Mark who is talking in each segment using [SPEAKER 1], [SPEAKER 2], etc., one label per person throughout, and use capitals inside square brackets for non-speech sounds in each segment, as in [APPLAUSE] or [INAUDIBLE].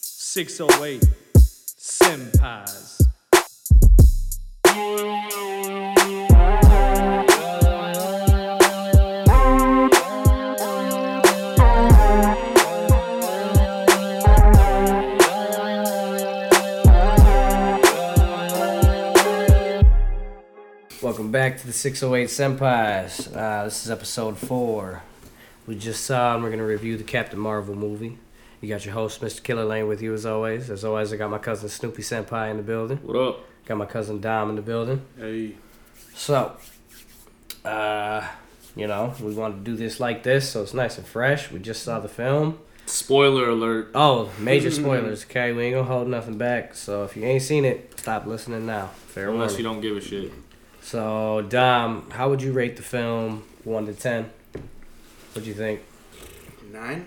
[SPEAKER 1] 608 Senpais.
[SPEAKER 2] Welcome back to the 608 Senpais. Uh, this is episode four. We just saw and we're going to review the Captain Marvel movie. You got your host, Mr. Killer Lane, with you as always. As always, I got my cousin Snoopy Senpai in the building.
[SPEAKER 3] What up?
[SPEAKER 2] Got my cousin Dom in the building.
[SPEAKER 3] Hey.
[SPEAKER 2] So, uh, you know, we wanted to do this like this, so it's nice and fresh. We just saw the film.
[SPEAKER 3] Spoiler alert.
[SPEAKER 2] Oh,
[SPEAKER 3] [LAUGHS]
[SPEAKER 2] major spoilers, okay? We ain't going to hold nothing back. So if you ain't seen it, stop listening now. Fair warning.
[SPEAKER 3] Unless you don't give a shit.
[SPEAKER 2] So, Dom, how would you rate the film 1 to 10? What do you think?
[SPEAKER 4] Nine.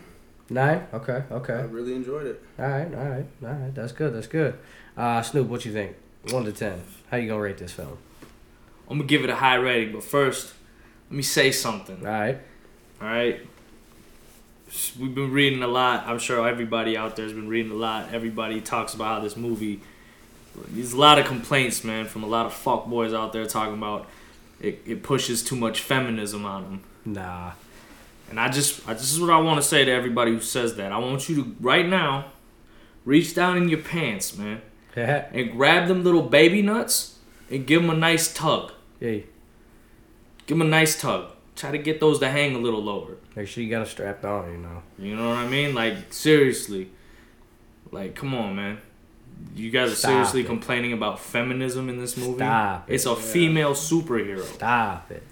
[SPEAKER 2] 9? Okay, okay.
[SPEAKER 4] I really enjoyed it.
[SPEAKER 2] All right, all right, all right. That's good, that's good. Uh, Snoop, what you think? 1 to 10. How you going to rate this film?
[SPEAKER 3] I'm gonna give it a high rating, but first, let me say something.
[SPEAKER 2] All right.
[SPEAKER 3] All right. We've been reading a lot. I'm sure everybody out there's been reading a lot. Everybody talks about how this movie. There's a lot of complaints, man, from a lot of fuckboys out there talking about it, it pushes too much feminism on them.
[SPEAKER 2] Nah. [LAUGHS]
[SPEAKER 3] And I just, I, this is what I want to say to everybody who says that. I want you to right now, reach down in your pants, man,
[SPEAKER 2] Yeah.
[SPEAKER 3] and grab them little baby nuts and give them a nice tug.
[SPEAKER 2] Hey,
[SPEAKER 3] Give them a nice tug. Try to get those to hang a little lower.
[SPEAKER 2] make sure you got it strapped on, you know.
[SPEAKER 3] You know what I mean? Like seriously. Like come on, man. You guys are
[SPEAKER 2] Stop
[SPEAKER 3] seriously
[SPEAKER 2] it.
[SPEAKER 3] complaining about feminism in this movie?
[SPEAKER 2] Stop it.
[SPEAKER 3] It's a female superhero.
[SPEAKER 2] Stop it.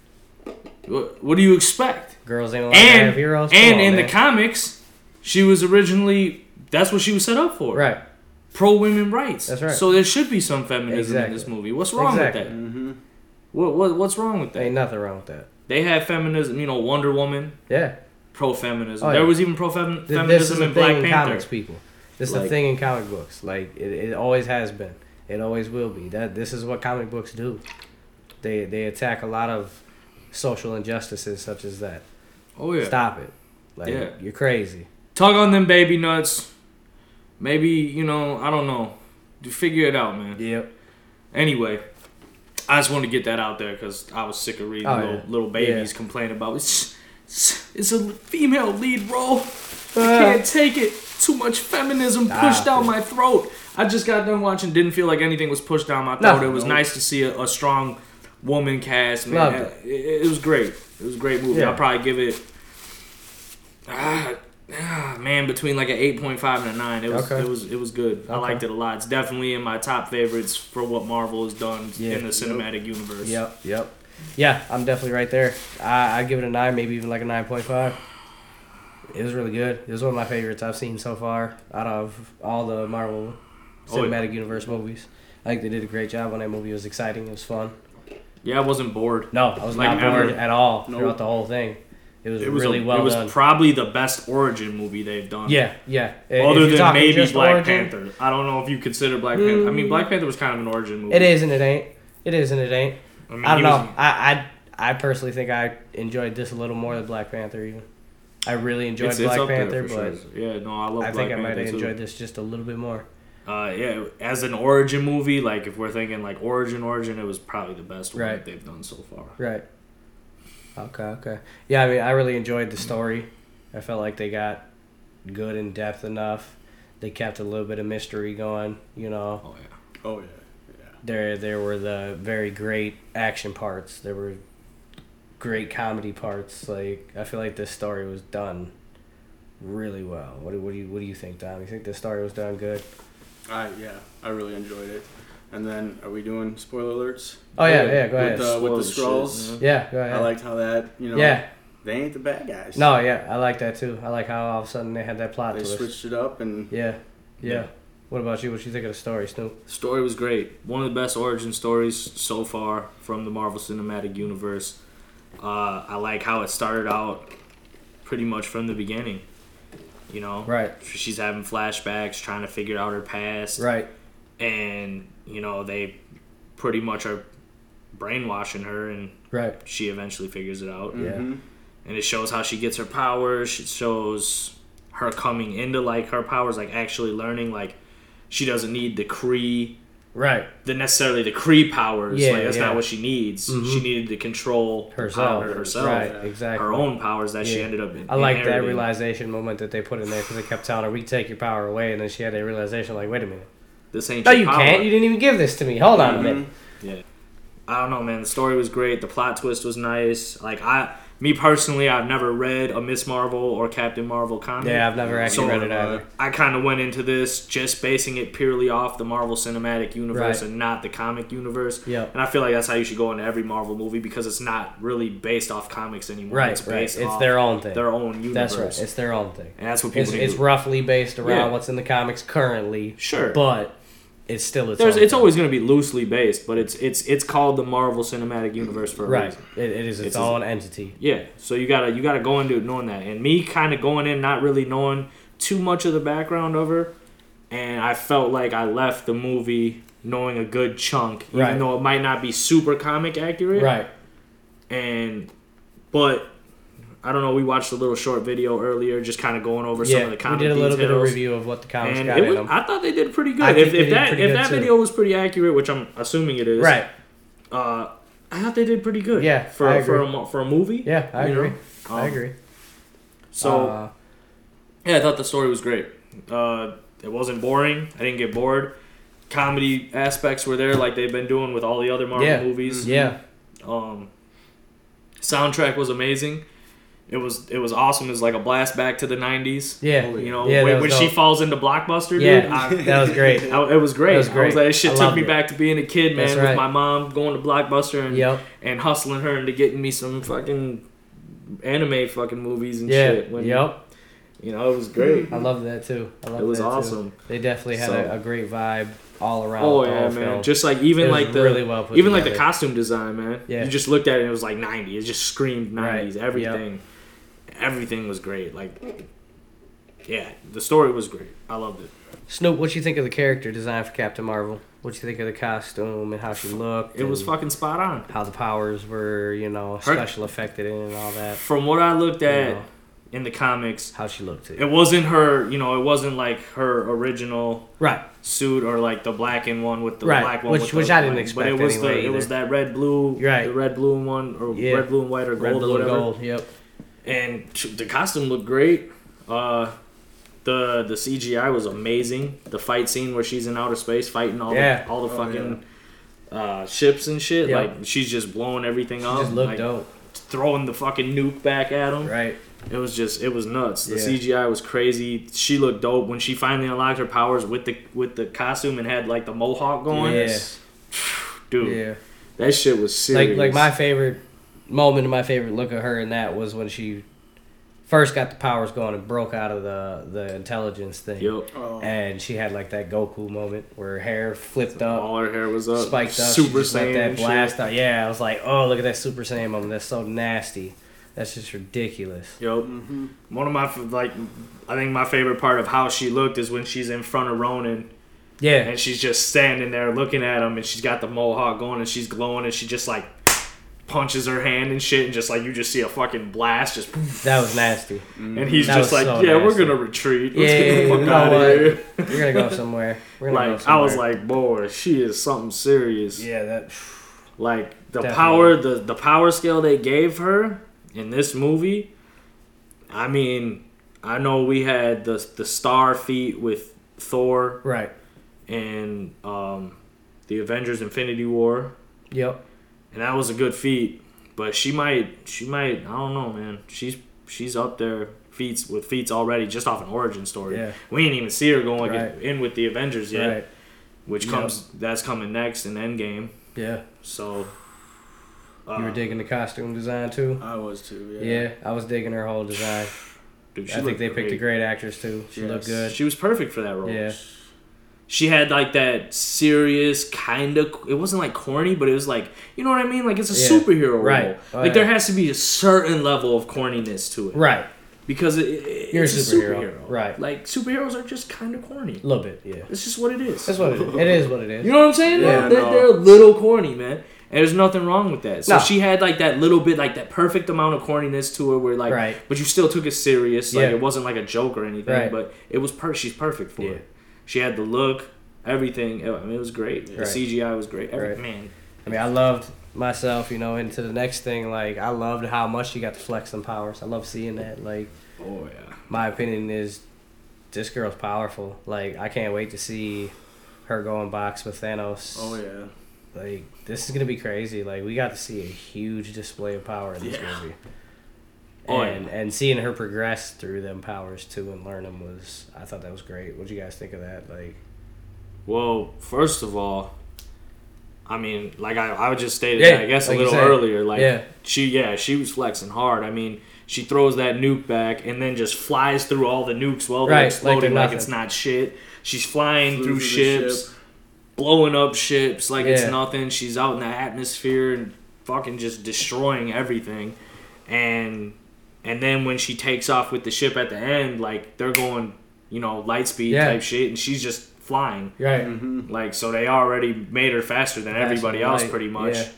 [SPEAKER 3] What, what do you expect?
[SPEAKER 2] Girls ain't allowed to have
[SPEAKER 3] and
[SPEAKER 2] heroes. Come
[SPEAKER 3] and
[SPEAKER 2] on,
[SPEAKER 3] in
[SPEAKER 2] man.
[SPEAKER 3] the comics, she was originally that's what she was set up for.
[SPEAKER 2] Right.
[SPEAKER 3] Pro women rights.
[SPEAKER 2] That's right.
[SPEAKER 3] So there should be some feminism in this
[SPEAKER 2] Exactly.
[SPEAKER 3] movie. What's wrong
[SPEAKER 2] Exactly.
[SPEAKER 3] with that? What, what what's wrong with that?
[SPEAKER 2] Ain't nothing wrong with that.
[SPEAKER 3] They had feminism, you know, Wonder Woman,
[SPEAKER 2] Yeah.
[SPEAKER 3] pro feminism.
[SPEAKER 2] Oh, yeah.
[SPEAKER 3] There was even pro feminism
[SPEAKER 2] Th- this is a
[SPEAKER 3] in
[SPEAKER 2] thing
[SPEAKER 3] Black
[SPEAKER 2] in
[SPEAKER 3] Panther.
[SPEAKER 2] comics, people. This is a
[SPEAKER 3] Like-
[SPEAKER 2] thing in comic books. Like it, it always has been. It always will be. That this is what comic books do. They they attack a lot of social injustices such as that.
[SPEAKER 3] Oh yeah.
[SPEAKER 2] Stop it. Like
[SPEAKER 3] Yeah.
[SPEAKER 2] you're crazy.
[SPEAKER 3] Tug on them baby nuts. Maybe, you know, I don't know. You Figure it out, man.
[SPEAKER 2] Yep.
[SPEAKER 3] Anyway, I just wanted to get that out there because I was sick of reading
[SPEAKER 2] Oh,
[SPEAKER 3] little,
[SPEAKER 2] yeah.
[SPEAKER 3] little babies
[SPEAKER 2] Yeah.
[SPEAKER 3] complain about it's, it's, it's a female lead role.
[SPEAKER 2] Uh.
[SPEAKER 3] I can't take it. Too much feminism pushed down
[SPEAKER 2] Stop it.
[SPEAKER 3] my throat. I just got done watching. Didn't feel like anything was pushed down my throat.
[SPEAKER 2] No.
[SPEAKER 3] it was nice to see a, a strong woman cast. Man,
[SPEAKER 2] Loved
[SPEAKER 3] it. It, was great. It was a great movie.
[SPEAKER 2] Yeah.
[SPEAKER 3] I'll probably give it. Ah, ah, man, between like an eight point five and a nine, it was
[SPEAKER 2] Okay.
[SPEAKER 3] it was it was good. I
[SPEAKER 2] Okay.
[SPEAKER 3] liked it a lot. It's definitely in my top favorites for what Marvel has done
[SPEAKER 2] Yeah.
[SPEAKER 3] in the cinematic universe.
[SPEAKER 2] Yep. Yep. Yeah, I'm definitely right there. I I give it a nine, maybe even like a nine point five. It was really good. It was one of my favorites I've seen so far out of all the Marvel
[SPEAKER 3] Oh, yeah.
[SPEAKER 2] Cinematic Universe movies. I think they did a great job on that movie. It was exciting. It was fun.
[SPEAKER 3] Yeah, I wasn't bored.
[SPEAKER 2] No, I was
[SPEAKER 3] Like,
[SPEAKER 2] not bored
[SPEAKER 3] ever.
[SPEAKER 2] at all
[SPEAKER 4] Nope.
[SPEAKER 2] throughout the whole thing. It was,
[SPEAKER 3] It was
[SPEAKER 2] really
[SPEAKER 3] a,
[SPEAKER 2] well
[SPEAKER 3] It was
[SPEAKER 2] done.
[SPEAKER 3] probably the best origin movie they've done.
[SPEAKER 2] yeah, yeah. If
[SPEAKER 3] Other
[SPEAKER 2] you're
[SPEAKER 3] than
[SPEAKER 2] talking
[SPEAKER 3] maybe
[SPEAKER 2] just
[SPEAKER 3] Black
[SPEAKER 2] origin,
[SPEAKER 3] Panther. I don't know if you consider Black Panther. I mean, Black Panther was kind of an origin movie.
[SPEAKER 2] It is and it ain't. It is and it ain't.
[SPEAKER 3] I, mean,
[SPEAKER 2] I don't
[SPEAKER 3] he was-
[SPEAKER 2] know. I, I I personally think I enjoyed this a little more than Black Panther even. I really enjoyed
[SPEAKER 3] it's- it's
[SPEAKER 2] Black
[SPEAKER 3] up there
[SPEAKER 2] Panther,
[SPEAKER 3] for
[SPEAKER 2] but
[SPEAKER 3] sure. yeah, no, I love.
[SPEAKER 2] I
[SPEAKER 3] Black
[SPEAKER 2] think I
[SPEAKER 3] Panther
[SPEAKER 2] might have
[SPEAKER 3] too.
[SPEAKER 2] enjoyed this just a little bit more.
[SPEAKER 3] Uh, yeah, as an origin movie, like if we're thinking like origin, origin, it was probably the best one
[SPEAKER 2] Right.
[SPEAKER 3] that they've done so far.
[SPEAKER 2] Right. Okay, okay. Yeah, I mean, I really enjoyed the story. I felt like they got good in depth enough. They kept a little bit of mystery going, you know.
[SPEAKER 3] Oh yeah.
[SPEAKER 4] Oh yeah.
[SPEAKER 2] there there were the very great action parts. There were great comedy parts. Like I feel like this story was done really well. What do, what do you what do you think, Dom? You think this story was done good?
[SPEAKER 4] I yeah. I really enjoyed it. And then, are we doing spoiler alerts?
[SPEAKER 2] Oh yeah,
[SPEAKER 3] Yeah,
[SPEAKER 2] yeah. Go
[SPEAKER 4] with
[SPEAKER 2] ahead.
[SPEAKER 4] the with
[SPEAKER 3] Spoil
[SPEAKER 4] the
[SPEAKER 3] the shit,
[SPEAKER 4] scrolls.
[SPEAKER 3] man.
[SPEAKER 2] yeah, go ahead.
[SPEAKER 4] I liked how that you know.
[SPEAKER 2] yeah.
[SPEAKER 4] They ain't the bad guys.
[SPEAKER 2] No, yeah. I like that too. I like how all of a sudden they had that plot
[SPEAKER 4] They
[SPEAKER 2] twist.
[SPEAKER 4] switched it up, and
[SPEAKER 2] Yeah, yeah.
[SPEAKER 3] Yeah.
[SPEAKER 2] What about you? What you think of the story, Snoop?
[SPEAKER 3] Story was great. One of the best origin stories so far from the Marvel Cinematic Universe. Uh, I like how it started out pretty much from the beginning. You know,
[SPEAKER 2] Right.
[SPEAKER 3] She's having flashbacks, trying to figure out her past,
[SPEAKER 2] Right.
[SPEAKER 3] and you know they pretty much are brainwashing her, and
[SPEAKER 2] Right.
[SPEAKER 3] she eventually figures it out.
[SPEAKER 2] Yeah.
[SPEAKER 4] Mhm.
[SPEAKER 3] and it shows how she gets her powers. It shows her coming into like her powers, like actually learning, like she doesn't need the Kree,
[SPEAKER 2] Right.
[SPEAKER 3] the necessarily the Kree powers.
[SPEAKER 2] Yeah,
[SPEAKER 3] like that's
[SPEAKER 2] yeah.
[SPEAKER 3] not what she needs.
[SPEAKER 2] Mhm.
[SPEAKER 3] She needed to control the
[SPEAKER 2] Herself.
[SPEAKER 3] power herself,
[SPEAKER 2] Right.
[SPEAKER 4] yeah.
[SPEAKER 2] Exactly.
[SPEAKER 3] her own powers that she
[SPEAKER 2] Yeah.
[SPEAKER 3] ended up. In,
[SPEAKER 2] I like that
[SPEAKER 3] inheriting.
[SPEAKER 2] realization moment that they put in there because they kept telling her, "We take your power away," and then she had a realization like, "Wait a minute,
[SPEAKER 3] This ain't
[SPEAKER 2] no,
[SPEAKER 3] your
[SPEAKER 2] you
[SPEAKER 3] power. Mm-hmm.
[SPEAKER 2] can't. You didn't even give this to me. Hold on a minute."
[SPEAKER 4] Mhm.
[SPEAKER 3] I don't know, man. The story was great. The plot twist was nice. Like I, me personally, I've never read a Miss Marvel or Captain Marvel comic.
[SPEAKER 2] Yeah, I've never actually
[SPEAKER 3] So
[SPEAKER 2] read it
[SPEAKER 4] have I.
[SPEAKER 2] either.
[SPEAKER 3] uh, I kind of went into this just basing it purely off the Marvel Cinematic Universe
[SPEAKER 2] Right.
[SPEAKER 3] and not the comic universe.
[SPEAKER 2] Yep.
[SPEAKER 3] And I feel like that's how you should go into every Marvel movie because it's not really based off comics anymore.
[SPEAKER 2] Right,
[SPEAKER 3] It's
[SPEAKER 2] right.
[SPEAKER 3] based
[SPEAKER 2] It's
[SPEAKER 3] off
[SPEAKER 2] their own thing.
[SPEAKER 3] their own universe.
[SPEAKER 2] That's right. It's their own thing.
[SPEAKER 3] and that's what people
[SPEAKER 2] It's,
[SPEAKER 3] need
[SPEAKER 2] it's
[SPEAKER 3] to-
[SPEAKER 2] roughly based around
[SPEAKER 3] Yeah.
[SPEAKER 2] what's in the comics currently.
[SPEAKER 3] Sure.
[SPEAKER 2] But it's still its.
[SPEAKER 3] There's,
[SPEAKER 2] own
[SPEAKER 3] it's
[SPEAKER 2] thing.
[SPEAKER 3] always going to be loosely based, but it's it's it's called the Marvel Cinematic Universe for a
[SPEAKER 2] right.
[SPEAKER 3] reason.
[SPEAKER 2] It, it is its,
[SPEAKER 3] It's its-
[SPEAKER 2] own entity.
[SPEAKER 3] Yeah, so you gotta you gotta go into it knowing that, and me kind of going in not really knowing too much of the background of her, and I felt like I left the movie knowing a good chunk, even
[SPEAKER 2] Right.
[SPEAKER 3] though it might not be super comic accurate,
[SPEAKER 2] Right.
[SPEAKER 3] And but I don't know. We watched a little short video earlier, just kind of going over some
[SPEAKER 2] Yeah.
[SPEAKER 3] of the
[SPEAKER 2] we
[SPEAKER 3] comic
[SPEAKER 2] did a little bit of
[SPEAKER 3] details,
[SPEAKER 2] review of what the comics
[SPEAKER 3] And
[SPEAKER 2] got
[SPEAKER 3] it
[SPEAKER 2] in
[SPEAKER 3] was,
[SPEAKER 2] them.
[SPEAKER 3] I thought they did pretty good.
[SPEAKER 2] I think
[SPEAKER 3] if
[SPEAKER 2] they
[SPEAKER 3] if
[SPEAKER 2] did
[SPEAKER 3] that
[SPEAKER 2] pretty
[SPEAKER 3] if
[SPEAKER 2] good,
[SPEAKER 3] that
[SPEAKER 2] too.
[SPEAKER 3] video was pretty accurate, which I'm assuming it is,
[SPEAKER 2] right.
[SPEAKER 3] Uh, I thought they did pretty good.
[SPEAKER 2] Yeah,
[SPEAKER 3] for
[SPEAKER 2] I
[SPEAKER 3] for
[SPEAKER 2] agree.
[SPEAKER 3] a, mo- for a movie.
[SPEAKER 2] Yeah, I
[SPEAKER 3] you know?
[SPEAKER 2] agree. I
[SPEAKER 3] Um,
[SPEAKER 2] agree.
[SPEAKER 3] So
[SPEAKER 2] Uh,
[SPEAKER 3] yeah, I thought the story was great. Uh, it wasn't boring. I didn't get bored. Comedy aspects were there, like they've been doing with all the other Marvel
[SPEAKER 2] Yeah. Mm-hmm.
[SPEAKER 3] movies.
[SPEAKER 2] yeah.
[SPEAKER 3] Um, soundtrack was amazing. It was it was awesome. It was like a blast back to the '90s.
[SPEAKER 2] Yeah.
[SPEAKER 3] You know,
[SPEAKER 2] Yeah, that
[SPEAKER 3] when, when
[SPEAKER 2] was
[SPEAKER 3] she
[SPEAKER 2] dope.
[SPEAKER 3] falls into Blockbuster, dude.
[SPEAKER 2] Yeah.
[SPEAKER 3] I,
[SPEAKER 2] That was
[SPEAKER 4] [LAUGHS]
[SPEAKER 2] great.
[SPEAKER 3] I- it was great.
[SPEAKER 2] That was
[SPEAKER 3] I was
[SPEAKER 2] great.
[SPEAKER 3] like, this
[SPEAKER 2] I
[SPEAKER 3] shit took
[SPEAKER 2] loved
[SPEAKER 3] me
[SPEAKER 2] it.
[SPEAKER 3] back to being a kid, man,
[SPEAKER 2] That's
[SPEAKER 3] with
[SPEAKER 2] right.
[SPEAKER 3] my mom going to Blockbuster and
[SPEAKER 2] Yep.
[SPEAKER 3] and hustling her into getting me some fucking anime fucking movies and
[SPEAKER 2] Yeah.
[SPEAKER 3] shit. When,
[SPEAKER 2] Yep.
[SPEAKER 3] You know, it was great.
[SPEAKER 2] I loved that too. I loved
[SPEAKER 3] It was
[SPEAKER 2] that, too.
[SPEAKER 3] awesome.
[SPEAKER 2] They definitely had
[SPEAKER 3] So-
[SPEAKER 2] a, a great vibe all around.
[SPEAKER 3] Oh
[SPEAKER 2] the
[SPEAKER 3] yeah,
[SPEAKER 2] whole
[SPEAKER 3] man.
[SPEAKER 2] Film.
[SPEAKER 3] Just like
[SPEAKER 2] It
[SPEAKER 3] even
[SPEAKER 2] was
[SPEAKER 3] like the
[SPEAKER 2] really well put
[SPEAKER 3] even like the
[SPEAKER 2] together.
[SPEAKER 3] costume design, man.
[SPEAKER 2] Yeah.
[SPEAKER 3] You just looked at it and it was like 90. It just screamed 90s.
[SPEAKER 2] Right. Yep.
[SPEAKER 3] Everything. Everything was great. Like yeah, the story was great. I loved it.
[SPEAKER 2] Snoop, what you think of the character design for Captain Marvel? What you think of the costume and how she looked?
[SPEAKER 3] It was
[SPEAKER 2] and
[SPEAKER 3] fucking spot on.
[SPEAKER 2] How the powers were, you know, special affected in and all that.
[SPEAKER 3] From what I looked
[SPEAKER 2] you
[SPEAKER 3] at
[SPEAKER 2] know,
[SPEAKER 3] in the comics,
[SPEAKER 2] how she looked.
[SPEAKER 3] it
[SPEAKER 2] Too.
[SPEAKER 3] wasn't her, you know, it wasn't like her original
[SPEAKER 2] Right.
[SPEAKER 3] suit or like the blackened one with the
[SPEAKER 2] Right,
[SPEAKER 3] black one,
[SPEAKER 2] which-
[SPEAKER 3] with the
[SPEAKER 2] which I didn't
[SPEAKER 3] white.
[SPEAKER 2] expect
[SPEAKER 3] But it was
[SPEAKER 2] anyway
[SPEAKER 3] the it
[SPEAKER 2] either.
[SPEAKER 3] was that red blue,
[SPEAKER 2] Right.
[SPEAKER 3] The red blue one or
[SPEAKER 2] Yeah.
[SPEAKER 3] red blue and white or gold
[SPEAKER 2] Red,
[SPEAKER 3] or
[SPEAKER 2] blue, and
[SPEAKER 3] whatever.
[SPEAKER 2] gold. Yep.
[SPEAKER 3] And ch- the costume looked great. Uh, the the CGI was amazing. The fight scene where she's in outer space fighting all
[SPEAKER 2] Yeah.
[SPEAKER 3] the all the
[SPEAKER 4] Oh,
[SPEAKER 3] fucking uh, ships and shit.
[SPEAKER 2] Yeah.
[SPEAKER 3] Like she's just blowing everything up,
[SPEAKER 2] Just looked
[SPEAKER 3] like,
[SPEAKER 2] dope.
[SPEAKER 3] throwing the fucking nuke back at him.
[SPEAKER 2] Right.
[SPEAKER 3] It was just it was nuts. The
[SPEAKER 2] Yeah.
[SPEAKER 3] CGI was crazy. She looked dope when she finally unlocked her powers with the with the costume and had like the mohawk going.
[SPEAKER 2] Yeah.
[SPEAKER 3] Dude,
[SPEAKER 2] Yeah.
[SPEAKER 3] that shit was
[SPEAKER 2] Like
[SPEAKER 3] serious.
[SPEAKER 2] like my favorite moment of my favorite look of her in that was when she first got the powers going and broke out of the the intelligence thing.
[SPEAKER 3] Yup.
[SPEAKER 4] Oh.
[SPEAKER 2] And she had like that Goku moment where her hair flipped up.
[SPEAKER 3] all her hair was up,
[SPEAKER 2] spiked up.
[SPEAKER 3] Super
[SPEAKER 2] she just let
[SPEAKER 3] Saiyan
[SPEAKER 2] that
[SPEAKER 3] and
[SPEAKER 2] blast
[SPEAKER 3] shit.
[SPEAKER 2] out. Yeah, I was like, oh, look at that Super Saiyan moment. That's so nasty. That's just ridiculous.
[SPEAKER 3] Yup.
[SPEAKER 4] Mm-hmm.
[SPEAKER 3] One of my f- like, I think my favorite part of how she looked is when she's in front of Ronan
[SPEAKER 2] Yeah,
[SPEAKER 3] and she's just standing there looking at him and she's got the mohawk going and she's glowing and she just like punches her hand and shit and just like you just see a fucking blast just
[SPEAKER 2] that was nasty.
[SPEAKER 3] And he's
[SPEAKER 2] That
[SPEAKER 3] just
[SPEAKER 2] was
[SPEAKER 3] like,
[SPEAKER 2] so
[SPEAKER 3] yeah, we're
[SPEAKER 2] nasty.
[SPEAKER 3] gonna retreat. Let's
[SPEAKER 2] Yeah,
[SPEAKER 3] get the
[SPEAKER 2] you
[SPEAKER 3] fuck
[SPEAKER 2] know
[SPEAKER 3] out
[SPEAKER 2] what?
[SPEAKER 3] of here.
[SPEAKER 2] We're gonna go somewhere. We're gonna go
[SPEAKER 3] Like, I
[SPEAKER 2] somewhere.
[SPEAKER 3] was like, boy, she is something serious.
[SPEAKER 2] yeah, that.
[SPEAKER 3] Like the
[SPEAKER 2] Definitely.
[SPEAKER 3] power, the the power scale they gave her in this movie. I mean, I know we had the the star feat with Thor
[SPEAKER 2] [SIGHS] Right.
[SPEAKER 3] and um, the Avengers Infinity War,
[SPEAKER 2] Yep.
[SPEAKER 3] and that was a good feat. But she might, she might, I don't know, man. She's she's up there feats with feats already just off an origin story.
[SPEAKER 2] Yeah.
[SPEAKER 3] We didn't even see her going
[SPEAKER 2] Right.
[SPEAKER 3] in with the Avengers yet,
[SPEAKER 2] Right.
[SPEAKER 3] which comes that's coming next in Endgame.
[SPEAKER 2] Yeah.
[SPEAKER 3] So uh,
[SPEAKER 2] You were digging the costume design too.
[SPEAKER 4] I was too.
[SPEAKER 2] Yeah.
[SPEAKER 4] Yeah.
[SPEAKER 2] I was digging her whole design.
[SPEAKER 3] dude, she
[SPEAKER 2] I think
[SPEAKER 3] looked
[SPEAKER 2] they picked a
[SPEAKER 3] great.
[SPEAKER 2] great actress too. She
[SPEAKER 4] Yes.
[SPEAKER 2] looked good.
[SPEAKER 3] She was perfect for that role.
[SPEAKER 2] Yeah.
[SPEAKER 3] She had like that serious kind of. It wasn't like corny, but it was like you know what I mean. Like it's a
[SPEAKER 2] Yeah.
[SPEAKER 3] superhero
[SPEAKER 2] Right.
[SPEAKER 3] role.
[SPEAKER 2] Oh,
[SPEAKER 3] like
[SPEAKER 2] yeah.
[SPEAKER 3] there has to be a certain level of corniness to it,
[SPEAKER 2] Right.
[SPEAKER 3] Because it, it-
[SPEAKER 2] You're a
[SPEAKER 3] it's a
[SPEAKER 2] superhero.
[SPEAKER 3] superhero.
[SPEAKER 2] Right.
[SPEAKER 3] Like superheroes are just kind of corny.
[SPEAKER 2] A little bit. Yeah.
[SPEAKER 3] It's just what it is.
[SPEAKER 2] That's what it is. It is what it is.
[SPEAKER 3] You know what I'm saying?
[SPEAKER 4] Yeah,
[SPEAKER 3] they're,
[SPEAKER 4] no.
[SPEAKER 3] they're a little corny, man. And there's nothing wrong with that. So
[SPEAKER 2] No.
[SPEAKER 3] she had like that little bit, like that perfect amount of corniness to her, where like,
[SPEAKER 2] Right.
[SPEAKER 3] but you still took it serious. Like
[SPEAKER 2] Yeah.
[SPEAKER 3] it wasn't like a joke or anything,
[SPEAKER 2] Right.
[SPEAKER 3] but it was per. She's perfect for
[SPEAKER 2] Yeah.
[SPEAKER 3] it. She had the look. everything. I mean, it was great. The
[SPEAKER 2] Right.
[SPEAKER 3] CGI was great. Every,
[SPEAKER 2] Right.
[SPEAKER 3] Man,
[SPEAKER 2] I mean, I loved myself, you know, into the next thing. Like, I loved how much you got to flex some powers. I love seeing that. Like,
[SPEAKER 3] oh yeah.
[SPEAKER 2] my opinion is this girl's powerful. Like, I can't wait to see her go and box with Thanos.
[SPEAKER 4] Oh yeah.
[SPEAKER 2] Like, this is going to be crazy. Like, we got to see a huge display of power in this
[SPEAKER 4] Yeah.
[SPEAKER 2] movie.
[SPEAKER 3] Oh,
[SPEAKER 2] and, and seeing her progress through them powers too and learn them was, I thought that was great. What'd you guys think of that? Like,
[SPEAKER 3] Well, first of all, I mean, like I, I would just stated,
[SPEAKER 2] Yeah,
[SPEAKER 3] I guess a
[SPEAKER 2] like you
[SPEAKER 3] little
[SPEAKER 2] said.
[SPEAKER 3] earlier, like
[SPEAKER 2] Yeah.
[SPEAKER 3] she, yeah, she was flexing hard. I mean, she throws that nuke back and then just flies through all the nukes while
[SPEAKER 2] Right,
[SPEAKER 3] they're
[SPEAKER 2] like
[SPEAKER 3] exploding,
[SPEAKER 2] they're
[SPEAKER 3] like,
[SPEAKER 2] nothing.
[SPEAKER 3] it's not shit. She's flying
[SPEAKER 4] Flew
[SPEAKER 3] through
[SPEAKER 4] through the
[SPEAKER 3] ships, blowing up ships like it's
[SPEAKER 2] Yeah.
[SPEAKER 3] nothing. She's out in the atmosphere and fucking just destroying everything. And and then when she takes off with the ship at the end, like they're going, you know, light speed
[SPEAKER 2] Yeah.
[SPEAKER 3] type shit, and she's just flying.
[SPEAKER 2] right.
[SPEAKER 3] Like so, they already made her faster than everybody else,
[SPEAKER 2] right,
[SPEAKER 3] pretty much,
[SPEAKER 2] yeah.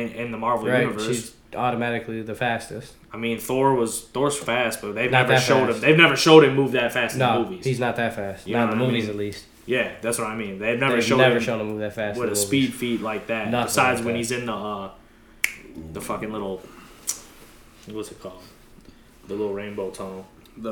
[SPEAKER 3] in, in the Marvel
[SPEAKER 2] Right.
[SPEAKER 3] universe.
[SPEAKER 2] She's automatically the fastest.
[SPEAKER 3] I mean, Thor was Thor's fast, but they've
[SPEAKER 2] Not
[SPEAKER 3] never
[SPEAKER 2] that
[SPEAKER 3] showed
[SPEAKER 2] fast.
[SPEAKER 3] him. They've never showed him move that fast in
[SPEAKER 2] No,
[SPEAKER 3] the movies.
[SPEAKER 2] he's not that fast.
[SPEAKER 3] You
[SPEAKER 2] not
[SPEAKER 3] know
[SPEAKER 2] in the
[SPEAKER 3] what I
[SPEAKER 2] movies,
[SPEAKER 3] mean?
[SPEAKER 2] at least.
[SPEAKER 3] yeah, that's what I mean. They've never
[SPEAKER 2] They've
[SPEAKER 3] showed
[SPEAKER 2] never
[SPEAKER 3] him
[SPEAKER 2] shown him move that fast.
[SPEAKER 3] with
[SPEAKER 2] in
[SPEAKER 3] a
[SPEAKER 2] the
[SPEAKER 3] speed feat like that.
[SPEAKER 2] Nothing
[SPEAKER 3] Besides
[SPEAKER 2] like
[SPEAKER 3] when
[SPEAKER 2] that.
[SPEAKER 3] he's in the uh, the fucking little what's it called? The little rainbow tunnel.
[SPEAKER 4] The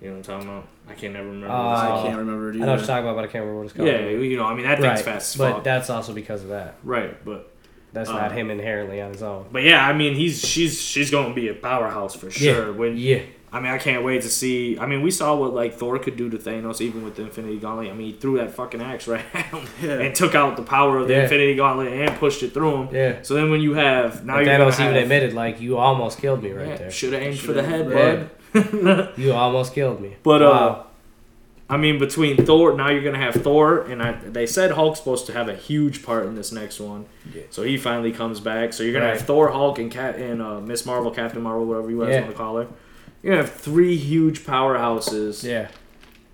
[SPEAKER 2] Oh.
[SPEAKER 3] You know what I'm talking about? I can't never remember.
[SPEAKER 2] Uh,
[SPEAKER 3] what
[SPEAKER 4] I
[SPEAKER 2] Oh.
[SPEAKER 4] can't remember it
[SPEAKER 2] movies.
[SPEAKER 4] either.
[SPEAKER 2] I know what you're talking about, but I can't remember what it's
[SPEAKER 3] it's
[SPEAKER 2] called.
[SPEAKER 3] called. yeah, you know, I mean that thing's
[SPEAKER 2] right.
[SPEAKER 3] fast as
[SPEAKER 2] but
[SPEAKER 3] fuck.
[SPEAKER 2] that's also because of that.
[SPEAKER 3] right, but
[SPEAKER 2] That's
[SPEAKER 3] Uh,
[SPEAKER 2] not him inherently on his own.
[SPEAKER 3] But yeah, I mean, he's she's she's gonna be a powerhouse for sure. When
[SPEAKER 2] Yeah,
[SPEAKER 3] I mean, I can't wait to see. I mean, we saw what like Thor could do to Thanos, even with the Infinity Gauntlet. I mean, he threw that fucking axe [LAUGHS] right at him
[SPEAKER 4] Yeah.
[SPEAKER 3] and took out the power of the
[SPEAKER 2] Yeah.
[SPEAKER 3] Infinity Gauntlet and pushed it through him.
[SPEAKER 2] yeah.
[SPEAKER 3] So then, when you have now
[SPEAKER 2] But
[SPEAKER 3] you're
[SPEAKER 2] Thanos
[SPEAKER 3] gonna
[SPEAKER 2] even
[SPEAKER 3] have,
[SPEAKER 2] admitted, like, you almost killed me right there.
[SPEAKER 3] Should have aimed for the
[SPEAKER 4] Shoulda
[SPEAKER 3] head,
[SPEAKER 4] aimed
[SPEAKER 3] bud. [LAUGHS]
[SPEAKER 2] You almost killed me.
[SPEAKER 3] But uh,
[SPEAKER 2] Wow.
[SPEAKER 3] I mean, between Thor, now you're gonna have Thor, and I, they said Hulk's supposed to have a huge part in this next one.
[SPEAKER 2] Yeah.
[SPEAKER 3] So he finally comes back. So you're gonna have
[SPEAKER 2] Right.
[SPEAKER 3] Thor, Hulk, and Cat and uh, Miss Marvel, Captain Marvel, whatever you guys
[SPEAKER 2] Yeah.
[SPEAKER 3] want to call her. You're gonna have three huge powerhouses
[SPEAKER 2] yeah,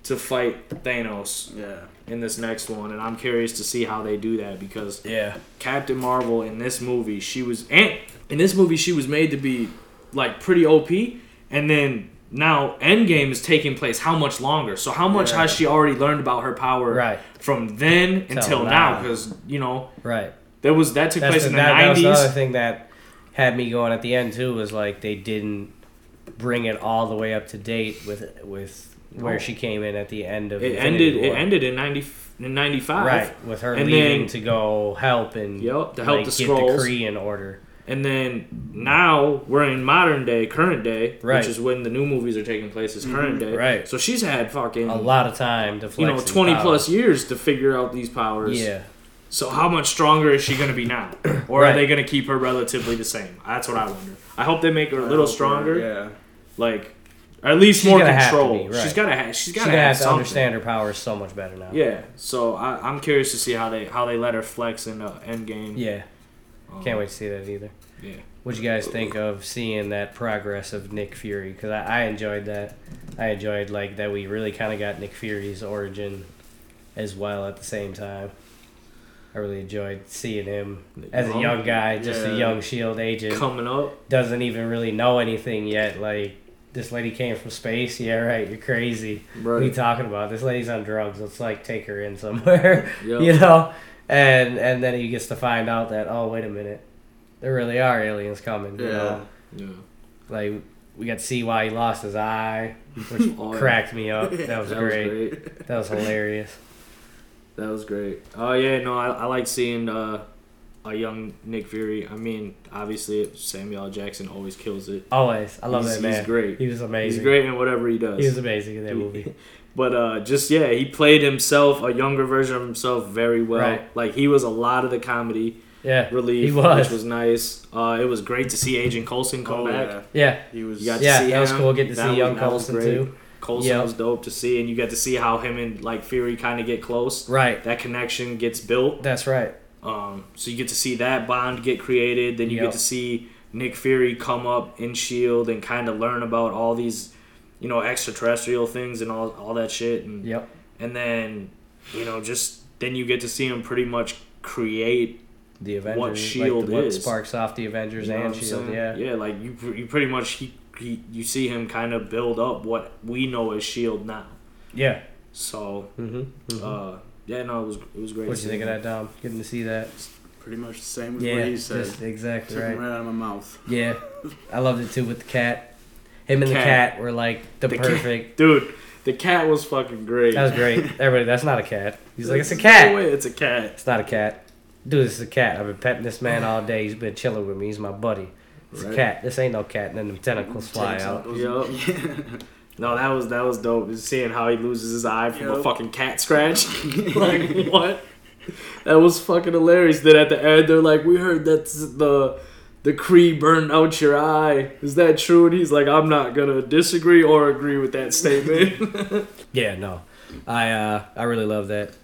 [SPEAKER 3] to fight Thanos
[SPEAKER 4] [LAUGHS] Yeah.
[SPEAKER 3] in this next one, and I'm curious to see how they do that because
[SPEAKER 2] yeah,
[SPEAKER 3] Captain Marvel in this movie, she was and in this movie she was made to be like pretty OP, and then now Endgame is taking place how much longer? So how much
[SPEAKER 4] Yeah.
[SPEAKER 3] has she already learned about her power
[SPEAKER 2] Right.
[SPEAKER 3] from then
[SPEAKER 2] Till
[SPEAKER 3] until now?
[SPEAKER 2] now.
[SPEAKER 3] Because you know
[SPEAKER 2] right.
[SPEAKER 3] there was that took
[SPEAKER 2] That's
[SPEAKER 3] place
[SPEAKER 2] the,
[SPEAKER 3] in the
[SPEAKER 2] that, that was the other
[SPEAKER 3] nineties.
[SPEAKER 2] thing that had me going at the end too. Was like they didn't bring it all the way up to date with with where
[SPEAKER 3] No.
[SPEAKER 2] she came in at the end of
[SPEAKER 3] It
[SPEAKER 2] Infinity
[SPEAKER 3] ended. It
[SPEAKER 2] War.
[SPEAKER 3] ended in ninety in ninety five.
[SPEAKER 2] Right, with her
[SPEAKER 3] And
[SPEAKER 2] leaving
[SPEAKER 3] then-
[SPEAKER 2] to go help and
[SPEAKER 3] Yep, to help the
[SPEAKER 2] get
[SPEAKER 3] Skrulls.
[SPEAKER 2] the Kree in order.
[SPEAKER 3] And then now we're in modern day, current day,
[SPEAKER 2] Right. Mm-hmm.
[SPEAKER 3] which is when the new movies are taking place. Is current day.
[SPEAKER 2] Right.
[SPEAKER 3] So she's had fucking
[SPEAKER 2] A lot of time to
[SPEAKER 3] you
[SPEAKER 2] flex
[SPEAKER 3] know
[SPEAKER 2] these
[SPEAKER 3] 20
[SPEAKER 2] powers.
[SPEAKER 3] plus years to figure out these powers
[SPEAKER 2] Yeah,
[SPEAKER 3] so how much stronger is she going to be
[SPEAKER 2] [COUGHS]
[SPEAKER 3] now or
[SPEAKER 2] Right.
[SPEAKER 3] are they going to keep her relatively the same that's what i wonder i hope they make her a
[SPEAKER 4] I
[SPEAKER 3] little
[SPEAKER 4] hope, uh,
[SPEAKER 3] stronger
[SPEAKER 4] Yeah.
[SPEAKER 3] like or at least
[SPEAKER 2] Oh, She's
[SPEAKER 3] more
[SPEAKER 2] gonna have to
[SPEAKER 3] control
[SPEAKER 2] be, right.
[SPEAKER 3] she's got to ha- she's got
[SPEAKER 2] she's
[SPEAKER 3] to
[SPEAKER 2] gonna
[SPEAKER 3] have
[SPEAKER 2] have to
[SPEAKER 3] something.
[SPEAKER 2] understand her powers so much better now.
[SPEAKER 3] yeah so I, i'm curious to see how they how they let her flex in the end game
[SPEAKER 2] yeah.
[SPEAKER 3] Um,
[SPEAKER 2] Can't wait to see that either.
[SPEAKER 3] yeah
[SPEAKER 2] What you guys think of seeing that progress of Nick Fury? Because I, I enjoyed that. I enjoyed like that we really kind of got Nick Fury's origin as well at the same time. I really enjoyed seeing him as a young guy, just
[SPEAKER 4] Yeah.
[SPEAKER 2] a young Shield E agent.
[SPEAKER 3] coming up
[SPEAKER 2] doesn't even really know anything yet. Like this lady came from space. Yeah, right. You're crazy. What are you
[SPEAKER 3] right
[SPEAKER 2] talking about? This lady's on drugs. Let's like take her in somewhere. [LAUGHS]
[SPEAKER 3] Yep.
[SPEAKER 2] you know, and and then he gets to find out that oh wait a minute, there really are aliens coming. You
[SPEAKER 4] Yeah.
[SPEAKER 2] know,
[SPEAKER 3] yeah.
[SPEAKER 2] like we got to see why he lost his eye,
[SPEAKER 3] [LAUGHS]
[SPEAKER 2] which
[SPEAKER 3] Oh, yeah.
[SPEAKER 2] cracked
[SPEAKER 3] [LAUGHS]
[SPEAKER 2] me up. That was
[SPEAKER 3] that was
[SPEAKER 2] great.
[SPEAKER 3] great
[SPEAKER 2] That was hilarious.
[SPEAKER 3] That was great. Oh yeah, no, I, I like seeing uh, a young Nick Fury. I mean, obviously Samuel L. Jackson always kills it.
[SPEAKER 2] Always, I love
[SPEAKER 3] he's,
[SPEAKER 2] that man.
[SPEAKER 3] He's great.
[SPEAKER 2] He was amazing.
[SPEAKER 3] He's great in whatever he does.
[SPEAKER 2] He was amazing in that
[SPEAKER 3] He- [LAUGHS]
[SPEAKER 2] movie.
[SPEAKER 3] but uh, just yeah, he played himself, a younger version of himself, very well.
[SPEAKER 2] Right.
[SPEAKER 3] Like he was a lot of the comedy
[SPEAKER 2] Yeah,
[SPEAKER 3] relief,
[SPEAKER 2] He was.
[SPEAKER 3] which was nice. Uh, it was great to see Agent Coulson come
[SPEAKER 4] Oh,
[SPEAKER 3] back.
[SPEAKER 4] yeah.
[SPEAKER 2] yeah,
[SPEAKER 4] He was.
[SPEAKER 3] You got
[SPEAKER 2] yeah.
[SPEAKER 3] see
[SPEAKER 2] That was
[SPEAKER 3] him.
[SPEAKER 2] cool. Getting to
[SPEAKER 3] That
[SPEAKER 2] see
[SPEAKER 3] was-
[SPEAKER 2] young
[SPEAKER 3] that was
[SPEAKER 2] Colson
[SPEAKER 3] great.
[SPEAKER 2] too.
[SPEAKER 3] Coulson
[SPEAKER 2] Yeah.
[SPEAKER 3] was dope to see, and you get to see how him and like Fury kind of get close.
[SPEAKER 2] Right.
[SPEAKER 3] That connection gets built.
[SPEAKER 2] That's right.
[SPEAKER 3] Um, so you get to see that bond get created. Then you
[SPEAKER 2] Yep.
[SPEAKER 3] get to see Nick Fury come up in Shield E and kind of learn about all these, you know, extraterrestrial things and all all that shit. And
[SPEAKER 2] Yep.
[SPEAKER 3] and then, you know, just then you get to see him pretty much create.
[SPEAKER 2] the Avengers, like,
[SPEAKER 3] S.H.I.E.L.D.
[SPEAKER 2] the- what
[SPEAKER 3] E is.
[SPEAKER 2] sparks off the
[SPEAKER 3] you
[SPEAKER 2] Avengers
[SPEAKER 3] know what
[SPEAKER 2] and
[SPEAKER 3] I'm
[SPEAKER 2] Shield.
[SPEAKER 3] saying?
[SPEAKER 2] Yeah.
[SPEAKER 3] yeah. Like you, pr- you pretty much he, he you see him kind of E build up what we know as Shield now.
[SPEAKER 2] yeah,
[SPEAKER 3] So
[SPEAKER 2] hmm
[SPEAKER 3] uh, Yeah, no, it was it was great.
[SPEAKER 2] What do you think of that, Dom? Getting to see that?
[SPEAKER 4] Pretty much the same as
[SPEAKER 2] Yeah,
[SPEAKER 4] what he said.
[SPEAKER 2] just exactly
[SPEAKER 4] Took
[SPEAKER 2] right.
[SPEAKER 4] him right out of my mouth.
[SPEAKER 2] Yeah, I loved it too with the cat. Him and the
[SPEAKER 3] Cat.
[SPEAKER 2] cat were like the,
[SPEAKER 3] The cat.
[SPEAKER 2] perfect.
[SPEAKER 3] Dude, the cat was fucking great.
[SPEAKER 2] That was
[SPEAKER 3] [LAUGHS]
[SPEAKER 2] great. Everybody, that's not a cat. He's like, it's a cat.
[SPEAKER 3] No way, it's a cat.
[SPEAKER 2] It's not a cat. Dude, it's a cat. I've been petting this man all day. He's been chilling with me. He's my buddy. It's a
[SPEAKER 4] Right.
[SPEAKER 2] cat. This ain't no cat. And then the tentacles fly out.
[SPEAKER 3] Yup. No, that was that was dope. Just seeing how he loses his eye from a
[SPEAKER 4] Yup.
[SPEAKER 3] fucking cat scratch. [LAUGHS] like what? That was fucking hilarious. Then at the end, they're like, "We heard that the the Cree burned out your eye. Is that true?" And he's like, "I'm not gonna disagree or agree with that statement."
[SPEAKER 2] Yeah, no. I uh, I really love that.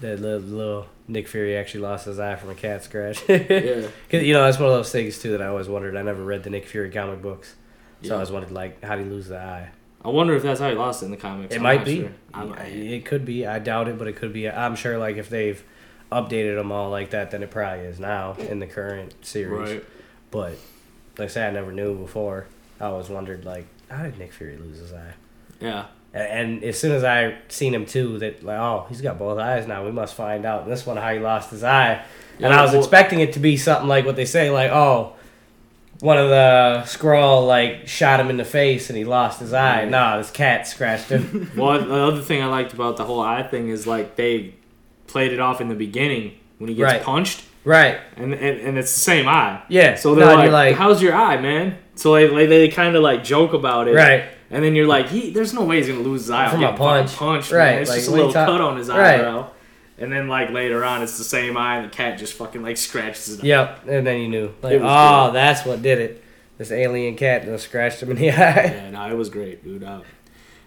[SPEAKER 2] That little, little Nick Fury actually lost his eye from a cat scratch. [LAUGHS]
[SPEAKER 3] yeah,
[SPEAKER 2] 'Cause, you know, that's one of those things, too, that I always wondered. I never read the Nick Fury comic books. So I always wondered, like, how do you lose the eye?
[SPEAKER 3] I wonder if that's how he lost it in the comics.
[SPEAKER 2] It
[SPEAKER 3] I'm
[SPEAKER 2] might
[SPEAKER 3] not
[SPEAKER 2] be.
[SPEAKER 3] sure. I'm-
[SPEAKER 2] I- it could be. I doubt it, but it could be. I'm sure, like if they've updated them all like that, then it probably is now in the current series.
[SPEAKER 3] right.
[SPEAKER 2] But like I said, I never knew before. I always wondered, like, how did Nick Fury lose his eye?
[SPEAKER 3] Yeah.
[SPEAKER 2] A- And as soon as I seen him too, that like, oh, he's got both eyes now. We must find out this one how he lost his eye. And
[SPEAKER 3] Yeah,
[SPEAKER 2] I was
[SPEAKER 3] well-
[SPEAKER 2] expecting it to be something like what they say, like, oh, one of the scroll like shot him in the face and he lost his eye. Nah, this cat scratched
[SPEAKER 3] [LAUGHS]
[SPEAKER 2] him.
[SPEAKER 3] well, the other thing I liked about the whole eye thing is like they played it off in the beginning when he gets
[SPEAKER 2] Right.
[SPEAKER 3] punched,
[SPEAKER 2] right.
[SPEAKER 3] and, and and it's the same eye.
[SPEAKER 2] Yeah.
[SPEAKER 3] So
[SPEAKER 2] no,
[SPEAKER 3] they're
[SPEAKER 2] you're
[SPEAKER 3] like, "How's your eye, man?" So they they, they kind of like joke about it,
[SPEAKER 2] right,
[SPEAKER 3] And then you're like, "He, there's no way he's gonna lose his eye
[SPEAKER 2] From a
[SPEAKER 3] getting fucking
[SPEAKER 2] punch.
[SPEAKER 3] punched,
[SPEAKER 2] Right,
[SPEAKER 3] Man. It's
[SPEAKER 2] like,
[SPEAKER 3] just a
[SPEAKER 2] what are you
[SPEAKER 3] little
[SPEAKER 2] ta-
[SPEAKER 3] cut on his
[SPEAKER 2] Right.
[SPEAKER 3] eyebrow." And then like later on, it's the same eye, and the cat just fucking like scratches it. up.
[SPEAKER 2] yep. And then you knew, like,
[SPEAKER 3] It was
[SPEAKER 2] oh, that's what did it. This alien cat just scratched him in the [LAUGHS] eye.
[SPEAKER 3] Yeah, no, it was great, dude. Uh,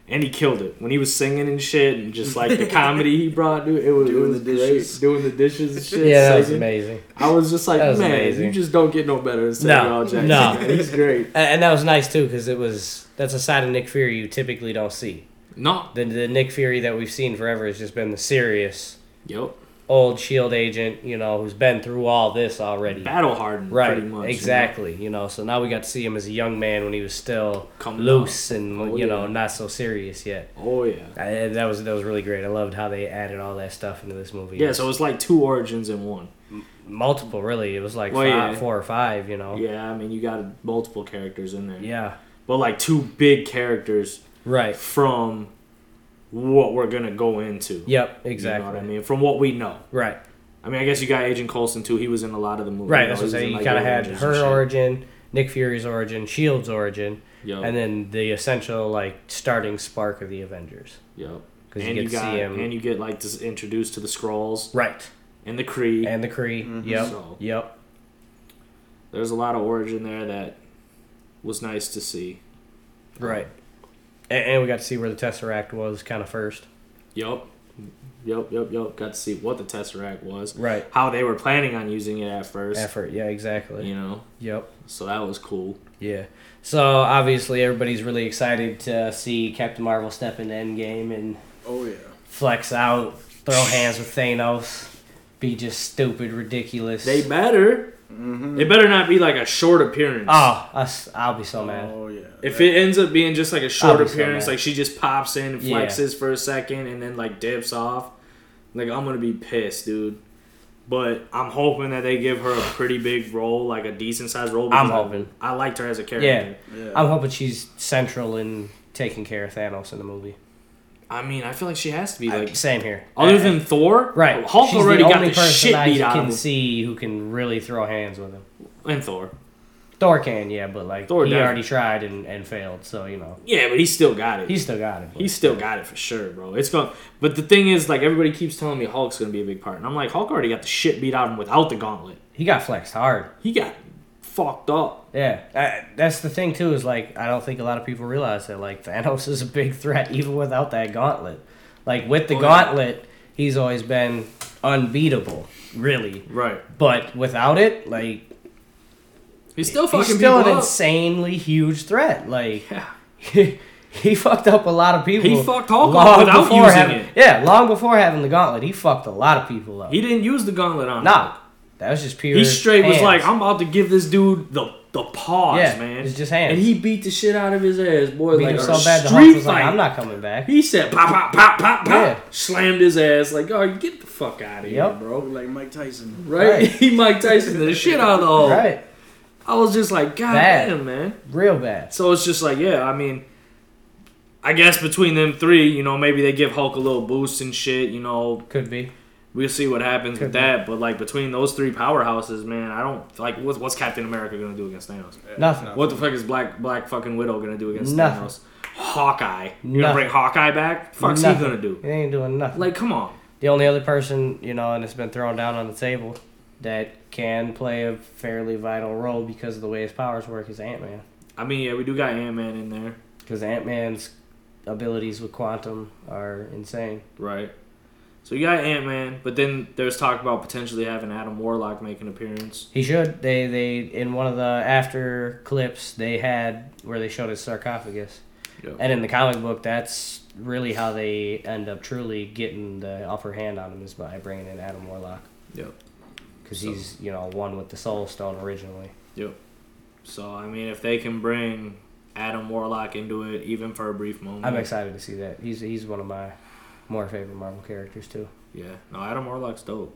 [SPEAKER 3] and he killed it when he was singing and shit, and just like
[SPEAKER 2] [LAUGHS]
[SPEAKER 3] the comedy he brought, dude. It was, it
[SPEAKER 4] Doing
[SPEAKER 3] was
[SPEAKER 4] the
[SPEAKER 3] great.
[SPEAKER 4] dishes.
[SPEAKER 3] doing the dishes
[SPEAKER 2] [LAUGHS]
[SPEAKER 3] and shit.
[SPEAKER 2] Yeah, that was
[SPEAKER 3] singing.
[SPEAKER 2] amazing.
[SPEAKER 3] I was just like,
[SPEAKER 2] That was
[SPEAKER 3] man,
[SPEAKER 2] amazing.
[SPEAKER 3] you just don't get no better than Samuel
[SPEAKER 2] No,
[SPEAKER 3] L. Jackson.
[SPEAKER 2] no.
[SPEAKER 3] man. he's great.
[SPEAKER 2] And- And that was nice too, because it was that's a side of Nick Fury you typically don't see.
[SPEAKER 3] No,
[SPEAKER 2] The the Nick Fury that we've seen forever has just been the serious
[SPEAKER 3] yep,
[SPEAKER 2] old Shield E agent, you know, who's been through all this already.
[SPEAKER 3] battle hardened,
[SPEAKER 2] Right,
[SPEAKER 3] pretty much. you know?
[SPEAKER 2] exactly. You know, so now we got to see him as a young man when he was still
[SPEAKER 3] Coming
[SPEAKER 2] loose and
[SPEAKER 3] Oh,
[SPEAKER 2] you know
[SPEAKER 3] yeah.
[SPEAKER 2] not so serious yet.
[SPEAKER 3] Oh yeah,
[SPEAKER 2] I, that was that was really great. I loved how they added all that stuff into this movie.
[SPEAKER 3] yeah. So it was like two origins in one.
[SPEAKER 2] multiple, really. It was like
[SPEAKER 3] Well,
[SPEAKER 2] five,
[SPEAKER 3] yeah.
[SPEAKER 2] four or five. You know.
[SPEAKER 3] Yeah, I mean you got multiple characters in there.
[SPEAKER 2] Oh. Yeah.
[SPEAKER 3] But like two big characters
[SPEAKER 2] Right.
[SPEAKER 3] from what we're gonna go into.
[SPEAKER 2] Yep.
[SPEAKER 3] You know
[SPEAKER 2] Exactly.
[SPEAKER 3] what I mean? From what we know.
[SPEAKER 2] Right.
[SPEAKER 3] I mean, I guess you got Agent Coulson too. He was in a lot of the movies.
[SPEAKER 2] Right. That's what I'm saying. You kind of had her origin, Nick Fury's origin, Shield's E origin,
[SPEAKER 3] Yep.
[SPEAKER 2] and then the essential like starting spark of the Avengers.
[SPEAKER 3] yep.
[SPEAKER 2] 'Cause
[SPEAKER 3] And
[SPEAKER 2] you
[SPEAKER 3] you,
[SPEAKER 2] get to see
[SPEAKER 3] got
[SPEAKER 2] him-
[SPEAKER 3] and you get like dis- introduced to the Skrulls
[SPEAKER 2] Right.
[SPEAKER 3] and the Kree.
[SPEAKER 2] And the Kree. Yep.
[SPEAKER 3] Mm-hmm. So-
[SPEAKER 2] Yep.
[SPEAKER 3] There's a lot of origin there that was nice to see. Oh.
[SPEAKER 2] Right. And, and we got to see where the Tesseract was kind of first.
[SPEAKER 3] Yep. Yep, yep, yep. Got to see what the Tesseract was.
[SPEAKER 2] Right.
[SPEAKER 3] How they were planning on using it at first.
[SPEAKER 2] Effort. Yeah. Exactly.
[SPEAKER 3] You know?
[SPEAKER 2] Yep.
[SPEAKER 3] So that was cool.
[SPEAKER 2] Yeah. So obviously everybody's really excited to see Captain Marvel step into Endgame and
[SPEAKER 4] Oh yeah.
[SPEAKER 2] flex out,
[SPEAKER 3] [LAUGHS]
[SPEAKER 2] throw hands with Thanos, be just stupid, ridiculous.
[SPEAKER 3] They better.
[SPEAKER 4] Mm-hmm.
[SPEAKER 3] It better not be like a short appearance.
[SPEAKER 2] oh, us, I'll be so mad.
[SPEAKER 4] Oh yeah.
[SPEAKER 3] If it ends up being just like a short
[SPEAKER 2] I'll be so
[SPEAKER 3] appearance,
[SPEAKER 2] mad.
[SPEAKER 3] like she just pops in and
[SPEAKER 2] Yeah.
[SPEAKER 3] flexes for a second and then like dips off, like I'm gonna be pissed, dude. But I'm hoping that they give her a pretty big role, like a decent sized role.
[SPEAKER 2] I'm
[SPEAKER 3] because I-
[SPEAKER 2] hoping.
[SPEAKER 3] I liked her as a character.
[SPEAKER 2] Yeah.
[SPEAKER 4] yeah.
[SPEAKER 2] I'm hoping she's central in taking care of Thanos in the movie.
[SPEAKER 3] I mean, I feel like she has to be like.
[SPEAKER 2] Same here. Uh,
[SPEAKER 3] other than Thor,
[SPEAKER 2] right,
[SPEAKER 3] Hulk
[SPEAKER 2] she's
[SPEAKER 3] already
[SPEAKER 2] the
[SPEAKER 3] got
[SPEAKER 2] only
[SPEAKER 3] the
[SPEAKER 2] person
[SPEAKER 3] shit
[SPEAKER 2] I
[SPEAKER 3] beat out
[SPEAKER 2] can
[SPEAKER 3] of him.
[SPEAKER 2] see who can really throw hands with him.
[SPEAKER 3] And Thor,
[SPEAKER 2] Thor can, yeah, but like
[SPEAKER 3] Thor
[SPEAKER 2] he
[SPEAKER 3] definitely-
[SPEAKER 2] already tried and, and failed, so you know
[SPEAKER 3] yeah, but he still got it.
[SPEAKER 2] he still got it. but-
[SPEAKER 3] He still got it for sure, bro. It's going, but the thing is, like everybody keeps telling me, Hulk's gonna be a big part, and I'm like, Hulk already got the shit beat out of him without the gauntlet.
[SPEAKER 2] he got flexed hard.
[SPEAKER 3] He got fucked up.
[SPEAKER 2] Yeah, I, that's the thing too. Is like I don't think a lot of people realize that like [LAUGHS] Thanos is a big threat even without that gauntlet. Like with the
[SPEAKER 3] Oh,
[SPEAKER 4] yeah.
[SPEAKER 2] gauntlet, he's always been unbeatable, really.
[SPEAKER 3] Right.
[SPEAKER 2] But without it, like
[SPEAKER 3] He's still fucking
[SPEAKER 2] he's still an
[SPEAKER 3] people up.
[SPEAKER 2] insanely huge threat. Like
[SPEAKER 3] Yeah.
[SPEAKER 2] [LAUGHS] he, fucked up a lot of people.
[SPEAKER 3] He fucked Hulk up without
[SPEAKER 2] before
[SPEAKER 3] using
[SPEAKER 2] having,
[SPEAKER 3] it.
[SPEAKER 2] Yeah, long before having the gauntlet, he fucked a lot of people up.
[SPEAKER 3] He didn't use the gauntlet on. him.
[SPEAKER 2] nah, that was just pure.
[SPEAKER 3] He straight was
[SPEAKER 2] hands.
[SPEAKER 3] like, I'm about to give this dude the the paws,
[SPEAKER 2] yeah,
[SPEAKER 3] man.
[SPEAKER 2] It's just hands.
[SPEAKER 3] And he beat the shit out of his ass, boy.
[SPEAKER 2] beat
[SPEAKER 3] like
[SPEAKER 2] him
[SPEAKER 3] a
[SPEAKER 2] so bad. The Hulk
[SPEAKER 3] street
[SPEAKER 2] was like,
[SPEAKER 3] fight.
[SPEAKER 2] "I'm not coming back."
[SPEAKER 3] He said, pop, pop, pop, pop, pop.
[SPEAKER 2] Yeah.
[SPEAKER 3] Slammed his ass. Like, oh, get the fuck out of
[SPEAKER 2] Yep.
[SPEAKER 3] here, bro.
[SPEAKER 4] like Mike Tyson.
[SPEAKER 3] Right? [LAUGHS]
[SPEAKER 2] Right.
[SPEAKER 3] he Mike Tyson the shit out of the hole.
[SPEAKER 2] Right,
[SPEAKER 3] I was just like, God
[SPEAKER 2] Bad.
[SPEAKER 3] damn, man.
[SPEAKER 2] real bad.
[SPEAKER 3] So it's just like, yeah, I mean, I guess between them three, you know, maybe they give Hulk a little boost and shit, you know,
[SPEAKER 2] Could be.
[SPEAKER 3] We'll see what happens
[SPEAKER 2] Could
[SPEAKER 3] with
[SPEAKER 2] be.
[SPEAKER 3] that, but like between those three powerhouses, man, I don't like what's, what's Captain America gonna do against Thanos?
[SPEAKER 2] Nothing.
[SPEAKER 3] What the fuck is Black Black fucking Widow gonna do against
[SPEAKER 2] Nothing.
[SPEAKER 3] Thanos? Hawkeye, you gonna
[SPEAKER 2] Nothing.
[SPEAKER 3] bring Hawkeye back? Fuck's
[SPEAKER 2] Nothing.
[SPEAKER 3] he gonna do?
[SPEAKER 2] He ain't doing nothing.
[SPEAKER 3] Like, come on,
[SPEAKER 2] The only other person, you know, and it's been thrown down on the table that can play a fairly vital role because of the way his powers work is Ant Man.
[SPEAKER 3] I mean, yeah, we do got Ant Man in there,
[SPEAKER 2] Because Ant Man's abilities with quantum are insane.
[SPEAKER 3] right? So you got Ant Man, but then there's talk about potentially having Adam Warlock make an appearance.
[SPEAKER 2] He should. They they in one of the after clips they had where they showed his sarcophagus,
[SPEAKER 3] Yeah.
[SPEAKER 2] and in the comic book that's really how they end up truly getting the upper hand on him is by bringing in Adam Warlock
[SPEAKER 3] Yep.
[SPEAKER 2] because
[SPEAKER 3] So-
[SPEAKER 2] he's you know one with the Soul Stone originally.
[SPEAKER 3] So I mean, if they can bring Adam Warlock into it, even for a brief moment,
[SPEAKER 2] I'm excited to see that. He's he's one of my more favorite Marvel characters too.
[SPEAKER 3] Yeah, no, Adam Warlock's dope.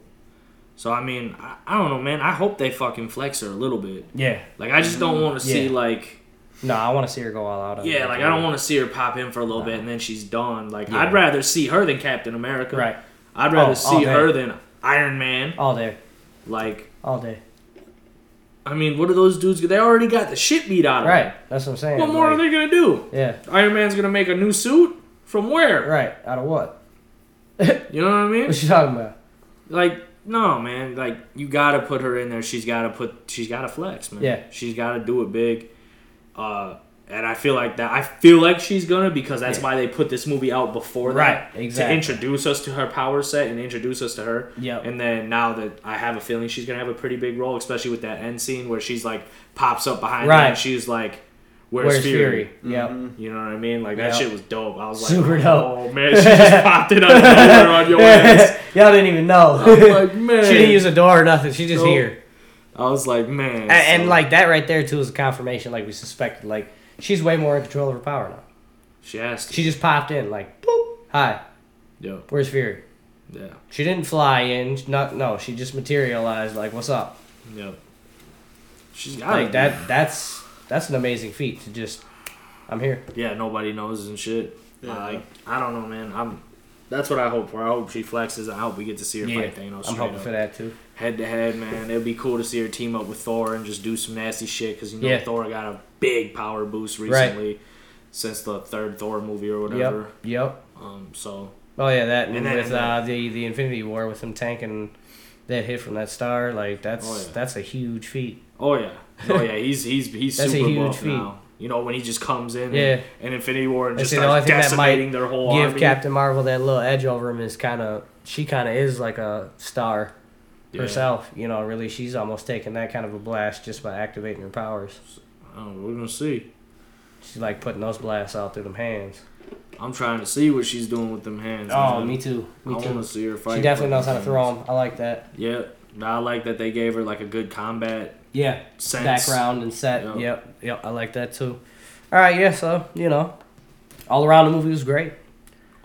[SPEAKER 3] So I mean, I, I don't know, man. I hope they fucking flex her a little bit.
[SPEAKER 2] Yeah.
[SPEAKER 3] Like I just don't want to see
[SPEAKER 2] Mm, Yeah.
[SPEAKER 3] like
[SPEAKER 2] No, I want to see her go all out. on
[SPEAKER 3] yeah,
[SPEAKER 2] it.
[SPEAKER 3] like I don't want to see her pop in for a little
[SPEAKER 2] Nah.
[SPEAKER 3] bit and then she's done. Like
[SPEAKER 2] Yeah.
[SPEAKER 3] I'd rather see her than Captain America.
[SPEAKER 2] Right.
[SPEAKER 3] I'd rather
[SPEAKER 2] Oh, all
[SPEAKER 3] see
[SPEAKER 2] day.
[SPEAKER 3] her than Iron Man.
[SPEAKER 2] All day,
[SPEAKER 3] Like
[SPEAKER 2] all day.
[SPEAKER 3] I mean, what are those dudes? They already got the shit beat out of them.
[SPEAKER 2] Right. That's what I'm saying.
[SPEAKER 3] What more
[SPEAKER 2] like,
[SPEAKER 3] are they gonna do?
[SPEAKER 2] Yeah.
[SPEAKER 3] Iron Man's gonna make a new suit from where?
[SPEAKER 2] Right. Out of what?
[SPEAKER 3] You know what I mean?
[SPEAKER 2] What you talking about?
[SPEAKER 3] Like no, man. Like you gotta put her in there. She's gotta put. She's gotta flex, man.
[SPEAKER 2] Yeah.
[SPEAKER 3] She's gotta do it big. Uh, and I feel like that. I feel like she's gonna because that's
[SPEAKER 2] Yeah.
[SPEAKER 3] why they put this movie out before
[SPEAKER 2] Right,
[SPEAKER 3] that
[SPEAKER 2] exactly.
[SPEAKER 3] to introduce us to her power set and introduce us to her.
[SPEAKER 2] Yep.
[SPEAKER 3] And then now that I have a feeling she's gonna have a pretty big role, especially with that end scene where she's like pops up behind her
[SPEAKER 2] Right.
[SPEAKER 3] and she's like, "Where's,
[SPEAKER 2] Where's
[SPEAKER 3] Fury?"
[SPEAKER 2] Fury? Yep.
[SPEAKER 3] [LAUGHS] You know what I mean? Like that
[SPEAKER 2] Yep.
[SPEAKER 3] shit was dope. I was like,
[SPEAKER 2] Super dope.
[SPEAKER 3] "Oh man, she
[SPEAKER 2] [LAUGHS]
[SPEAKER 3] just popped it out of nowhere on your ass."
[SPEAKER 2] Y'all didn't even
[SPEAKER 3] I'm
[SPEAKER 2] know. [LAUGHS]
[SPEAKER 3] like man,
[SPEAKER 2] she didn't use a door or nothing. She just
[SPEAKER 3] Nope.
[SPEAKER 2] here.
[SPEAKER 3] I was like, man.
[SPEAKER 2] And, and
[SPEAKER 3] so-
[SPEAKER 2] like that right there too is a confirmation, like we suspected. Like she's way more in control of her power now.
[SPEAKER 3] she asked.
[SPEAKER 2] She just popped in, like, boop. Hi,
[SPEAKER 3] Yo,
[SPEAKER 2] where's Fury?
[SPEAKER 3] yeah,
[SPEAKER 2] She didn't fly in. No, no, she just materialized. Like, what's up?
[SPEAKER 3] yo. She's got
[SPEAKER 2] Like
[SPEAKER 3] it.
[SPEAKER 2] that. That's that's an amazing feat to just. I'm here.
[SPEAKER 3] Yeah, nobody knows and shit.
[SPEAKER 4] Yeah.
[SPEAKER 3] I, like, I don't know, man. I'm. That's what I hope for. I hope she flexes. I hope we get to see her
[SPEAKER 2] Yeah,
[SPEAKER 3] fight Thanos.
[SPEAKER 2] I'm hoping for
[SPEAKER 3] that.
[SPEAKER 2] that too.
[SPEAKER 3] Head to head, man. It'd be cool to see her team up with Thor and just do some nasty shit because you know
[SPEAKER 2] Yeah.
[SPEAKER 3] Thor got a big power boost
[SPEAKER 2] Right.
[SPEAKER 3] recently since the third Thor movie or whatever.
[SPEAKER 2] Yep. Yep.
[SPEAKER 3] Um, so
[SPEAKER 2] Oh yeah, that and,
[SPEAKER 3] And then-
[SPEAKER 2] with uh, the the Infinity War with him tanking that hit from that star, like that's
[SPEAKER 3] Oh, yeah.
[SPEAKER 2] that's a huge feat.
[SPEAKER 3] Oh yeah, oh
[SPEAKER 2] [LAUGHS]
[SPEAKER 3] yeah. He's he's he's
[SPEAKER 2] That's a
[SPEAKER 3] super
[SPEAKER 2] huge
[SPEAKER 3] buff
[SPEAKER 2] feat.
[SPEAKER 3] now. You know when he just comes in,
[SPEAKER 2] Yeah.
[SPEAKER 3] and, and Infinity War and
[SPEAKER 2] That's
[SPEAKER 3] just
[SPEAKER 2] the only
[SPEAKER 3] starts
[SPEAKER 2] thing that might
[SPEAKER 3] decimating their whole
[SPEAKER 2] Give
[SPEAKER 3] army.
[SPEAKER 2] Captain Marvel that little edge over him is kind of she kind of is like a star
[SPEAKER 3] Yeah.
[SPEAKER 2] herself. You know, really, she's almost taking that kind of a blast just by activating her powers.
[SPEAKER 3] Oh, we're gonna see.
[SPEAKER 2] She's like putting those blasts out through them hands.
[SPEAKER 3] I'm trying to see what she's doing with them hands.
[SPEAKER 2] Oh,
[SPEAKER 3] man.
[SPEAKER 2] me too. Me
[SPEAKER 3] I
[SPEAKER 2] too.
[SPEAKER 3] want to see her fight.
[SPEAKER 2] She definitely
[SPEAKER 3] with
[SPEAKER 2] knows how to
[SPEAKER 3] hands.
[SPEAKER 2] throw them. I like that.
[SPEAKER 3] Yeah, Now, I like that they gave her like a good combat
[SPEAKER 2] Yeah.
[SPEAKER 3] sense.
[SPEAKER 2] Background and set.
[SPEAKER 3] Yeah.
[SPEAKER 2] Yep. yep. I like that too. All right. Yeah. So you know, all around the movie was great.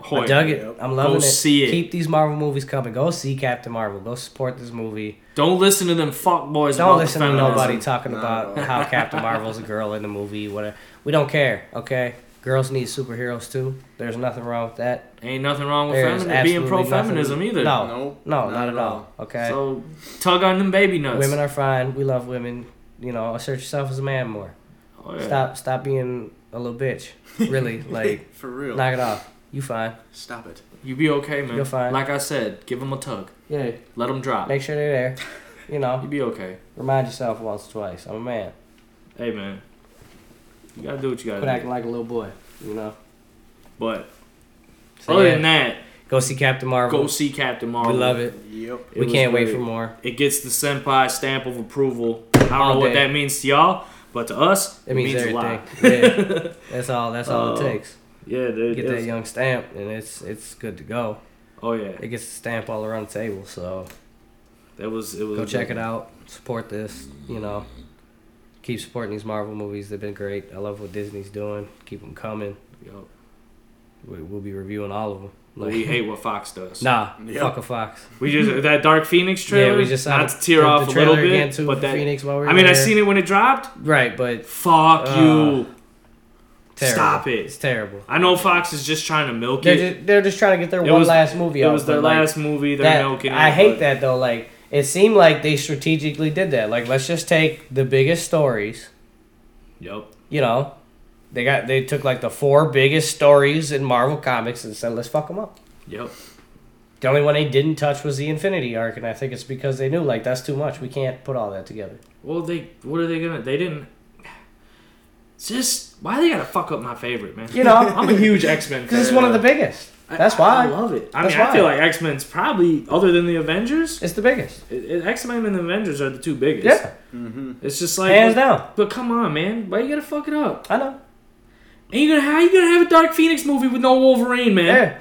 [SPEAKER 3] Hoy.
[SPEAKER 2] I dug it.
[SPEAKER 4] Yep.
[SPEAKER 2] I'm loving
[SPEAKER 3] Go
[SPEAKER 2] it.
[SPEAKER 3] see it.
[SPEAKER 2] Keep these Marvel movies coming. Go see Captain Marvel. Go support this movie.
[SPEAKER 3] Don't listen to them fuck boys.
[SPEAKER 2] Don't listen to nobody talking
[SPEAKER 4] No.
[SPEAKER 2] about how [LAUGHS] Captain Marvel's a girl in the movie. Whatever. We don't care. Okay. Girls need superheroes too. There's nothing wrong with that.
[SPEAKER 3] Ain't nothing wrong with
[SPEAKER 2] There's
[SPEAKER 3] femini- being
[SPEAKER 2] absolutely
[SPEAKER 3] pro
[SPEAKER 2] nothing-
[SPEAKER 3] feminism either.
[SPEAKER 2] No.
[SPEAKER 4] No,
[SPEAKER 2] No, not, at all. Okay.
[SPEAKER 3] So tug on them baby nuts.
[SPEAKER 2] women are fine. We love women. You know, assert yourself as a man more.
[SPEAKER 3] oh, yeah.
[SPEAKER 2] Stop. Stop being a little bitch. [LAUGHS] Really. Like,
[SPEAKER 4] For real.
[SPEAKER 2] knock it off. You fine.
[SPEAKER 4] Stop it.
[SPEAKER 3] You be okay, man.
[SPEAKER 2] You're fine.
[SPEAKER 3] Like I said, give them a tug.
[SPEAKER 2] Yeah.
[SPEAKER 3] Let them drop.
[SPEAKER 2] Make sure they're there. You
[SPEAKER 3] You
[SPEAKER 2] know,
[SPEAKER 3] be okay.
[SPEAKER 2] remind yourself once, twice. I'm a man.
[SPEAKER 3] Hey, man. You gotta do what you gotta
[SPEAKER 2] Quit
[SPEAKER 3] do.
[SPEAKER 2] acting like a little boy. You know.
[SPEAKER 3] But
[SPEAKER 2] So,
[SPEAKER 3] other
[SPEAKER 2] yeah,
[SPEAKER 3] than that,
[SPEAKER 2] go see Captain Marvel.
[SPEAKER 3] go see Captain Marvel.
[SPEAKER 2] We love it.
[SPEAKER 4] Yep.
[SPEAKER 3] It
[SPEAKER 2] we
[SPEAKER 3] was
[SPEAKER 2] can't wait
[SPEAKER 3] great.
[SPEAKER 2] for more.
[SPEAKER 3] It gets the senpai stamp of approval. I don't
[SPEAKER 2] All
[SPEAKER 3] know what
[SPEAKER 2] day.
[SPEAKER 3] that means to y'all, but to us,
[SPEAKER 2] It means,
[SPEAKER 3] a lot. [LAUGHS]
[SPEAKER 2] everything. Yeah. that's all. That's all
[SPEAKER 3] Oh,
[SPEAKER 2] it takes.
[SPEAKER 3] Yeah, dude.
[SPEAKER 2] Get
[SPEAKER 3] it
[SPEAKER 2] that
[SPEAKER 3] was-
[SPEAKER 2] young stamp, and it's it's good to go.
[SPEAKER 3] oh yeah,
[SPEAKER 2] It gets a stamp all around the table. So
[SPEAKER 3] that was it. Was
[SPEAKER 2] go check it out. Support this. You know. Keep supporting these Marvel movies. They've been great. I love what Disney's doing. Keep them coming.
[SPEAKER 3] Yo,
[SPEAKER 2] We, we'll be reviewing all of them. Like,
[SPEAKER 3] we hate what Fox does.
[SPEAKER 2] [LAUGHS] Nah,
[SPEAKER 4] Yeah.
[SPEAKER 2] fuck a fox.
[SPEAKER 3] We just that Dark Phoenix trailer.
[SPEAKER 2] yeah, we just saw
[SPEAKER 3] not
[SPEAKER 2] the-
[SPEAKER 3] to tear
[SPEAKER 2] the-
[SPEAKER 3] off
[SPEAKER 2] the
[SPEAKER 3] a little
[SPEAKER 2] trailer again
[SPEAKER 3] bit,
[SPEAKER 2] too
[SPEAKER 3] but
[SPEAKER 2] for
[SPEAKER 3] that.
[SPEAKER 2] Phoenix while we were
[SPEAKER 3] I mean, I
[SPEAKER 2] there.
[SPEAKER 3] seen it when it dropped.
[SPEAKER 2] Right, but
[SPEAKER 3] Fuck
[SPEAKER 2] Uh,
[SPEAKER 3] you.
[SPEAKER 2] terrible.
[SPEAKER 3] Stop
[SPEAKER 2] It's
[SPEAKER 3] it.
[SPEAKER 2] terrible.
[SPEAKER 3] I know Fox is just trying to milk
[SPEAKER 2] They're
[SPEAKER 3] it.
[SPEAKER 2] just, they're just trying to get their
[SPEAKER 3] It
[SPEAKER 2] one
[SPEAKER 3] was-
[SPEAKER 2] last movie
[SPEAKER 3] it
[SPEAKER 2] out.
[SPEAKER 3] was their
[SPEAKER 2] but, like,
[SPEAKER 3] last movie. They're
[SPEAKER 2] that-
[SPEAKER 3] milking.
[SPEAKER 2] I
[SPEAKER 3] it,
[SPEAKER 2] hate
[SPEAKER 3] but-
[SPEAKER 2] that though. Like it seemed like they strategically did that. Like let's just take the biggest stories.
[SPEAKER 3] Yep.
[SPEAKER 2] You know, they got they took like the four biggest stories in Marvel comics and said let's fuck them up.
[SPEAKER 3] Yep.
[SPEAKER 2] The only one they didn't touch was the Infinity arc, and I think it's because they knew like that's too much. We can't put all that together.
[SPEAKER 3] Well, they what are they gonna? They didn't. It's Just why they gotta fuck up my favorite man? [LAUGHS]
[SPEAKER 2] You know?
[SPEAKER 3] I'm a huge X Men.
[SPEAKER 2] Because it's one of the biggest. That's
[SPEAKER 3] I,
[SPEAKER 2] why.
[SPEAKER 3] love it. I
[SPEAKER 2] That's
[SPEAKER 3] mean, I feel
[SPEAKER 2] why.
[SPEAKER 3] like X Men's probably other than the Avengers.
[SPEAKER 2] It's the biggest.
[SPEAKER 3] X Men and the Avengers are the two biggest.
[SPEAKER 2] Yeah,
[SPEAKER 4] Mm-hmm.
[SPEAKER 3] It's just like
[SPEAKER 2] hands down.
[SPEAKER 3] But come on, man, why you gotta fuck it up?
[SPEAKER 2] I know.
[SPEAKER 3] And you gonna how you gonna have a Dark Phoenix movie with no Wolverine, man?
[SPEAKER 2] Yeah.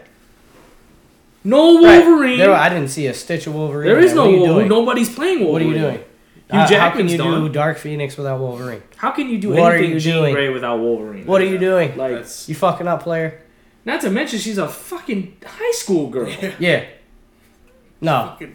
[SPEAKER 3] No
[SPEAKER 2] Right.
[SPEAKER 3] Wolverine.
[SPEAKER 2] There, I didn't see a stitch of Wolverine.
[SPEAKER 3] there is
[SPEAKER 2] man.
[SPEAKER 3] no
[SPEAKER 2] What are you
[SPEAKER 3] Wolverine.
[SPEAKER 2] doing?
[SPEAKER 3] Nobody's playing
[SPEAKER 2] What are
[SPEAKER 3] Wolverine.
[SPEAKER 2] you doing?
[SPEAKER 3] Hugh
[SPEAKER 2] Uh, how can
[SPEAKER 3] Jackman's
[SPEAKER 2] you do
[SPEAKER 3] done.
[SPEAKER 2] Dark Phoenix without Wolverine?
[SPEAKER 3] How can you do
[SPEAKER 2] What are
[SPEAKER 3] anything
[SPEAKER 2] you
[SPEAKER 3] Jean
[SPEAKER 2] doing?
[SPEAKER 3] Grey without Wolverine?
[SPEAKER 2] What are you doing?
[SPEAKER 3] Like,
[SPEAKER 4] That's
[SPEAKER 2] You fucking up, player.
[SPEAKER 3] not to mention she's a fucking high school girl.
[SPEAKER 2] Yeah. No.
[SPEAKER 4] fucking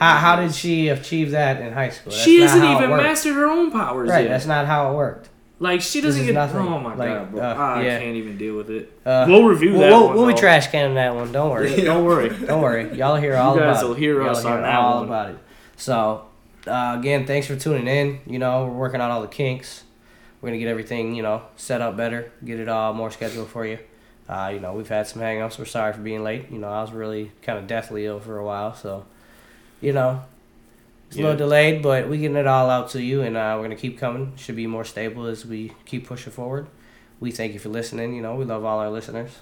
[SPEAKER 2] How, how did she achieve that in high school? That's
[SPEAKER 3] she
[SPEAKER 2] not
[SPEAKER 3] doesn't
[SPEAKER 2] how it
[SPEAKER 3] even
[SPEAKER 2] worked.
[SPEAKER 3] master her own powers
[SPEAKER 2] Right.
[SPEAKER 3] yet.
[SPEAKER 2] That's not how it worked.
[SPEAKER 3] like she
[SPEAKER 2] This
[SPEAKER 3] doesn't
[SPEAKER 2] is
[SPEAKER 3] get.
[SPEAKER 2] nothing.
[SPEAKER 3] Oh my
[SPEAKER 2] Like,
[SPEAKER 3] god, bro!
[SPEAKER 2] uh,
[SPEAKER 3] I
[SPEAKER 2] yeah.
[SPEAKER 3] can't even deal with
[SPEAKER 2] [LAUGHS]
[SPEAKER 3] it.
[SPEAKER 2] Uh,
[SPEAKER 3] we'll review
[SPEAKER 2] we'll,
[SPEAKER 3] that.
[SPEAKER 2] we'll,
[SPEAKER 3] one,
[SPEAKER 2] we'll be
[SPEAKER 3] though.
[SPEAKER 2] trash canning that one. Don't worry.
[SPEAKER 3] Yeah, Don't worry.
[SPEAKER 2] Don't worry. Y'all hear all
[SPEAKER 3] guys
[SPEAKER 2] about
[SPEAKER 3] will
[SPEAKER 2] it.
[SPEAKER 3] hear
[SPEAKER 2] Y'all
[SPEAKER 3] us on that
[SPEAKER 2] all
[SPEAKER 3] one.
[SPEAKER 2] about it. So, uh, again, thanks for tuning in. You know, we're working on all the kinks. We're gonna get everything you know set up better, get it all more scheduled for you. Uh, you know, we've had some hangups. We're sorry for being late. You know, I was really kind of deathly ill for a while, so you know, it's a
[SPEAKER 3] Yeah.
[SPEAKER 2] little delayed, but we're getting it all out to you, and uh, we're gonna keep coming. Should be more stable as we keep pushing forward. We thank you for listening. You know, we love all our listeners.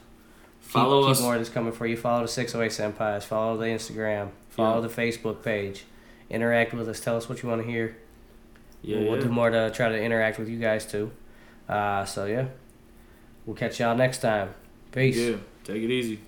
[SPEAKER 2] Keep-
[SPEAKER 3] Follow
[SPEAKER 2] keep
[SPEAKER 3] us.
[SPEAKER 2] more that's coming for you. Follow the 608 Senpais. Follow the Instagram. Follow the Facebook page. Interact with us. Tell us what you want to hear.
[SPEAKER 3] Yeah,
[SPEAKER 2] we'll
[SPEAKER 3] yeah.
[SPEAKER 2] do more to try to interact with you guys too. Uh, so, yeah. We'll catch y'all next time. Peace.
[SPEAKER 3] yeah. Take it easy.